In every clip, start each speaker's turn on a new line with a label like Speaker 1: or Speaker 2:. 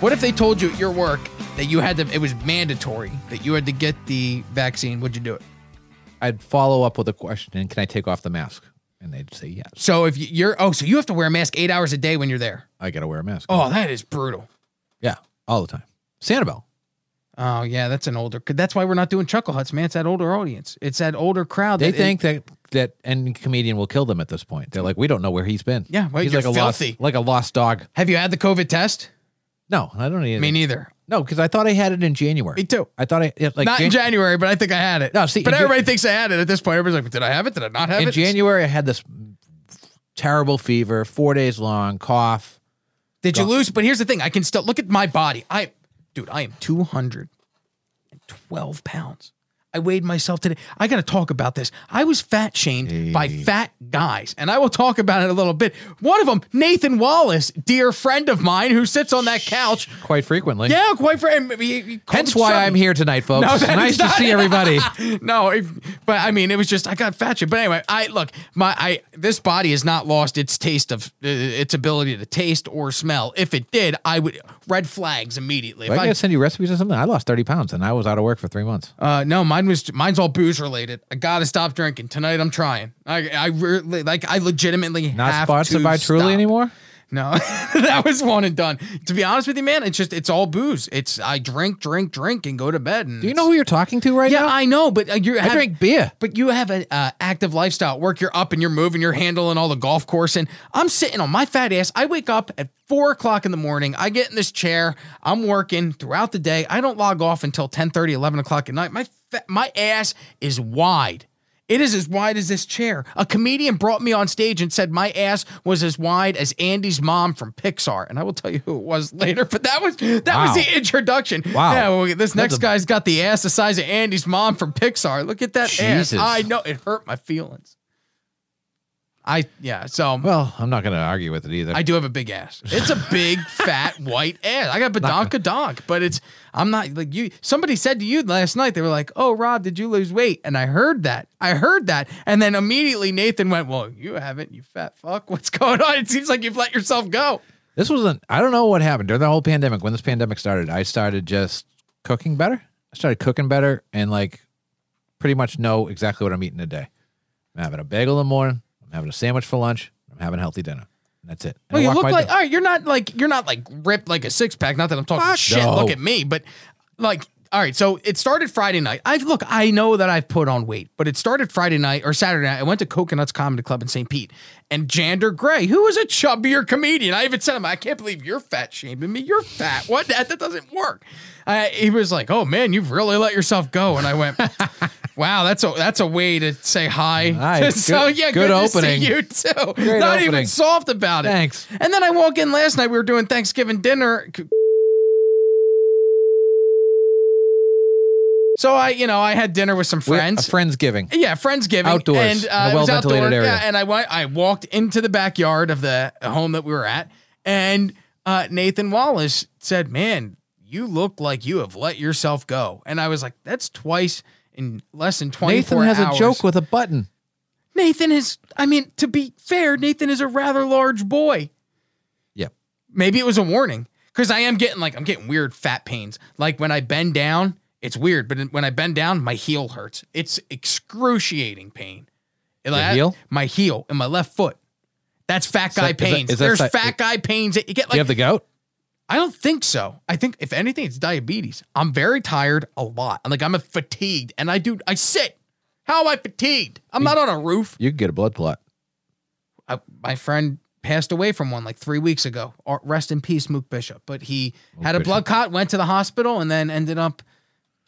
Speaker 1: What if they told you at your work that you had to, it was mandatory that you had to get the vaccine? Would you do it?
Speaker 2: I'd follow up with a question. Can I take off the mask? And they'd say yes.
Speaker 1: So if you- you're, oh, so you have to wear a mask eight hours a day when you're there.
Speaker 2: I gotta wear a mask.
Speaker 1: Oh, that is brutal.
Speaker 2: yeah, all the time. Sanibel.
Speaker 1: Oh yeah, that's an older. That's why we're not doing Chuckle Huts, man. It's that older audience. It's that older crowd.
Speaker 2: They
Speaker 1: that-
Speaker 2: think that that any comedian will kill them at this point. They're like, we don't know where he's been.
Speaker 1: Yeah, well,
Speaker 2: he's
Speaker 1: you're
Speaker 2: like a
Speaker 1: filthy.
Speaker 2: lost, like a lost dog.
Speaker 1: have you had the COVID test?
Speaker 2: No, I don't need.
Speaker 1: Me
Speaker 2: Mean,
Speaker 1: neither.
Speaker 2: no, because I thought I had it in January.
Speaker 1: Me too.
Speaker 2: I thought I yeah, like
Speaker 1: not in
Speaker 2: Jan-
Speaker 1: January, but I think I had it.
Speaker 2: No, see,
Speaker 1: but
Speaker 2: in Jan-
Speaker 1: everybody thinks I had it at this point. Everybody's like, "Did I have it? Did I not have
Speaker 2: in
Speaker 1: it?"
Speaker 2: January. I had this terrible fever, four days long, cough.
Speaker 1: Did you lose? But here's the thing: I can still look at my body. I, dude, I am 212 pounds. I weighed myself today. I got to talk about this. I was fat shamed by fat guys, and I will talk about it a little bit. One of them, Nathan Wallace, dear friend of mine, who sits on that couch.
Speaker 2: Quite frequently.
Speaker 1: Yeah, quite frankly. He, he called
Speaker 2: Hence
Speaker 1: him
Speaker 2: why
Speaker 1: chubby.
Speaker 2: I'm here tonight, folks.
Speaker 1: No, that
Speaker 2: nice
Speaker 1: is
Speaker 2: to
Speaker 1: not-
Speaker 2: see everybody.
Speaker 1: no, if- but I mean, it was just I got fat shit. But anyway, I look my I this body has not lost its taste of uh, its ability to taste or smell. If it did, I would red flags immediately. If
Speaker 2: I
Speaker 1: I-
Speaker 2: gotta send you recipes or something. I lost thirty pounds and I was out of work for three months.
Speaker 1: uh, no, mine was mine's all booze related. I gotta stop drinking tonight. I'm trying. I I really like I legitimately
Speaker 2: Not
Speaker 1: have
Speaker 2: sponsored
Speaker 1: to
Speaker 2: by Truly
Speaker 1: stop.
Speaker 2: anymore.
Speaker 1: No, that was one and done. To be honest with you, man, it's just it's all booze. It's I drink, drink, drink, and go to bed. And
Speaker 2: Do you know who you're talking to right
Speaker 1: Yeah,
Speaker 2: now?
Speaker 1: I know, but uh, you're
Speaker 2: I drink beer.
Speaker 1: But you have an uh, active lifestyle. At Work, you're up and you're moving, you're handling all the golf course. And I'm sitting on my fat ass. I wake up at four o'clock in the morning. I get in this chair. I'm working throughout the day. I don't log off until 10 11 o'clock at night. My, fa- my ass is wide. It is as wide as this chair. A comedian brought me on stage and said my ass was as wide as Andy's mom from Pixar, and I will tell you who it was later. But that was that was
Speaker 2: Wow.
Speaker 1: the introduction.
Speaker 2: Wow.
Speaker 1: Yeah, well, this next
Speaker 2: a-
Speaker 1: guy's got the ass the size of Andy's mom from Pixar. Look at that ass.
Speaker 2: Jesus.
Speaker 1: I know it hurt my feelings. I yeah. So
Speaker 2: Well, I'm not going to argue with it either.
Speaker 1: I do have a big ass. It's a big fat white ass. I got badonka donk, but it's I'm not like you. Somebody said to you last night. They were like, "Oh, Rob, did you lose weight?" And I heard that. I heard that, and then immediately Nathan went, "Well, you haven't. You fat fuck. What's going on? It seems like you've let yourself go."
Speaker 2: this wasn't. I don't know what happened during the whole pandemic. When this pandemic started, I started just cooking better. I started cooking better and like pretty much know exactly what I'm eating a day. I'm having a bagel in the morning. I'm having a sandwich for lunch. I'm having a healthy dinner. And that's it. And
Speaker 1: Well, Oh,
Speaker 2: I
Speaker 1: you
Speaker 2: walk
Speaker 1: look
Speaker 2: my
Speaker 1: like
Speaker 2: dog.
Speaker 1: all right. You're not like you're not like ripped like a six pack. Not that I'm talking shit.
Speaker 2: no.
Speaker 1: Look at me, but like all right. So it started Friday night. I look. I know that I've put on weight, but it started Friday night or Saturday night. I went to Coconuts Comedy Club in St. Pete, and Jander Gray, who is a chubbier comedian, I even said to him, "I can't believe you're fat shaming me. You're fat. What? That that doesn't work." Uh, he was like, "Oh man, you've really let yourself go," and I went. Wow, that's a that's a way to say hi.
Speaker 2: Hi,
Speaker 1: so
Speaker 2: good-
Speaker 1: yeah, good,
Speaker 2: good
Speaker 1: opening.
Speaker 2: opening.
Speaker 1: you too. Not even
Speaker 2: opening.
Speaker 1: soft about it.
Speaker 2: Thanks.
Speaker 1: And then I walk in last night. We were doing Thanksgiving dinner. So I, you know, I had dinner with some
Speaker 2: We-
Speaker 1: friends.
Speaker 2: A friend's giving.
Speaker 1: yeah, friendsgiving
Speaker 2: Outdoors,
Speaker 1: and
Speaker 2: in
Speaker 1: uh,
Speaker 2: a
Speaker 1: it was
Speaker 2: well-ventilated
Speaker 1: outdoor.
Speaker 2: area.
Speaker 1: Yeah, and I went, I walked into the backyard of the home that we were at, and uh, Nathan Wallace said, "Man, you look like you have let yourself go." And I was like, "That's twice in less than
Speaker 2: Nathan
Speaker 1: twenty-four
Speaker 2: has
Speaker 1: hours.
Speaker 2: a joke with a button.
Speaker 1: Nathan is, I mean, to be fair, Nathan is a rather large boy.
Speaker 2: Yep.
Speaker 1: Maybe it was a warning because I am getting like, I'm getting weird fat pains. Like when I bend down, it's weird, but when I bend down, my heel hurts. It's excruciating pain. Your
Speaker 2: heel?
Speaker 1: My heel and my left foot. That's fat guy
Speaker 2: that- is that-
Speaker 1: pains.
Speaker 2: is that
Speaker 1: There's
Speaker 2: si-
Speaker 1: fat guy pains that you get
Speaker 2: Do you
Speaker 1: like
Speaker 2: have the gout?
Speaker 1: I don't think so. I think if anything, it's diabetes. I'm very tired a lot. I'm like I'm fatigued, and I do I sit. How am I fatigued? I'm not on a roof.
Speaker 2: You could get a blood clot.
Speaker 1: I, my friend passed away from one like three weeks ago. Or- Rest in peace, Mook Bishop. But he had a
Speaker 2: Bishop.
Speaker 1: blood clot, went to the hospital, and then ended up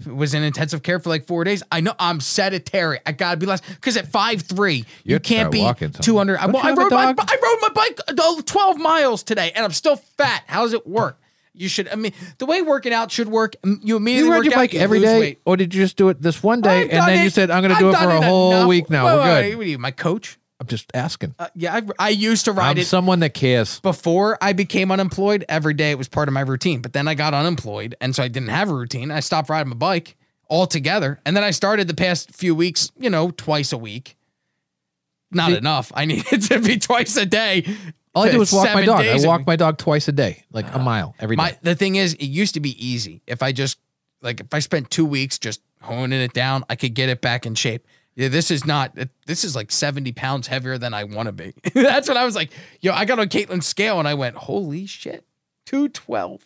Speaker 1: was in intensive care for like four days. I know I'm sedentary. I gotta be less because at five three, you
Speaker 2: You have to
Speaker 1: can't
Speaker 2: start
Speaker 1: be
Speaker 2: walking somewhere.
Speaker 1: two hundred. I,
Speaker 2: Don't
Speaker 1: well,
Speaker 2: you
Speaker 1: I
Speaker 2: have a
Speaker 1: rode my
Speaker 2: dog?
Speaker 1: I rode my bike uh, twelve miles today, and I'm still fat. How does it work? You should. I mean, the way working out should work. m- You immediately
Speaker 2: You ride
Speaker 1: work
Speaker 2: your
Speaker 1: out,
Speaker 2: bike
Speaker 1: you
Speaker 2: every
Speaker 1: lose
Speaker 2: day,
Speaker 1: weight.
Speaker 2: or did you just do it this one day
Speaker 1: I've
Speaker 2: and
Speaker 1: done
Speaker 2: then you
Speaker 1: it.
Speaker 2: said, "I'm going to
Speaker 1: I've
Speaker 2: do it for
Speaker 1: done
Speaker 2: a whole
Speaker 1: enough.
Speaker 2: week now.
Speaker 1: Wait,
Speaker 2: We're
Speaker 1: wait,
Speaker 2: good."
Speaker 1: wait, what are you, my coach?
Speaker 2: I'm just asking.
Speaker 1: Uh, yeah, I, I used to ride
Speaker 2: I'm
Speaker 1: it
Speaker 2: someone that cares.
Speaker 1: before I became unemployed. Every day it was part of my routine. But then I got unemployed, and so I didn't have a routine. I stopped riding my bike altogether, and then I started the past few weeks. You know, twice a week. Not
Speaker 2: See-
Speaker 1: enough. I needed to be twice a day.
Speaker 2: All I do is walk my
Speaker 1: Seven
Speaker 2: dog. I
Speaker 1: days a
Speaker 2: walk
Speaker 1: week.
Speaker 2: my dog twice a day, like a mile every day.
Speaker 1: My the thing is, it used to be easy. If I just like if I spent two weeks just honing it down, I could get it back in shape. Yeah, this is not. This is like seventy pounds heavier than I want to be. That's what I was like. Yo, I got on Caitlin's scale and I went, holy shit, two twelve.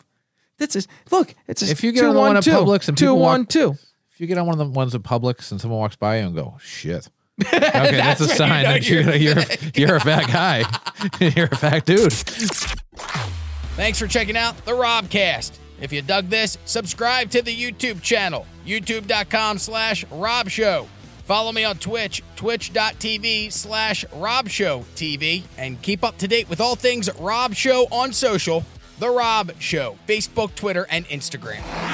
Speaker 1: This is look. It's just
Speaker 2: If you get
Speaker 1: two,
Speaker 2: on the one
Speaker 1: one,
Speaker 2: at
Speaker 1: two,
Speaker 2: Publix and
Speaker 1: two,
Speaker 2: people walk-
Speaker 1: one, two.
Speaker 2: if you get on one of the ones in Publix and someone walks by you and go, "Shit," okay, that's, a
Speaker 1: when you
Speaker 2: sign
Speaker 1: know
Speaker 2: that you're
Speaker 1: you're
Speaker 2: gonna- you're you're, you're a fat guy. you're a fat dude.
Speaker 1: Thanks for checking out the Robcast. If you dug this, subscribe to the YouTube channel, youtube.com slash Rob Show. Follow me on Twitch, twitch.tv slash Rob Show TV, and keep up to date with all things Rob Show on social, The Rob Show, Facebook, Twitter, and Instagram.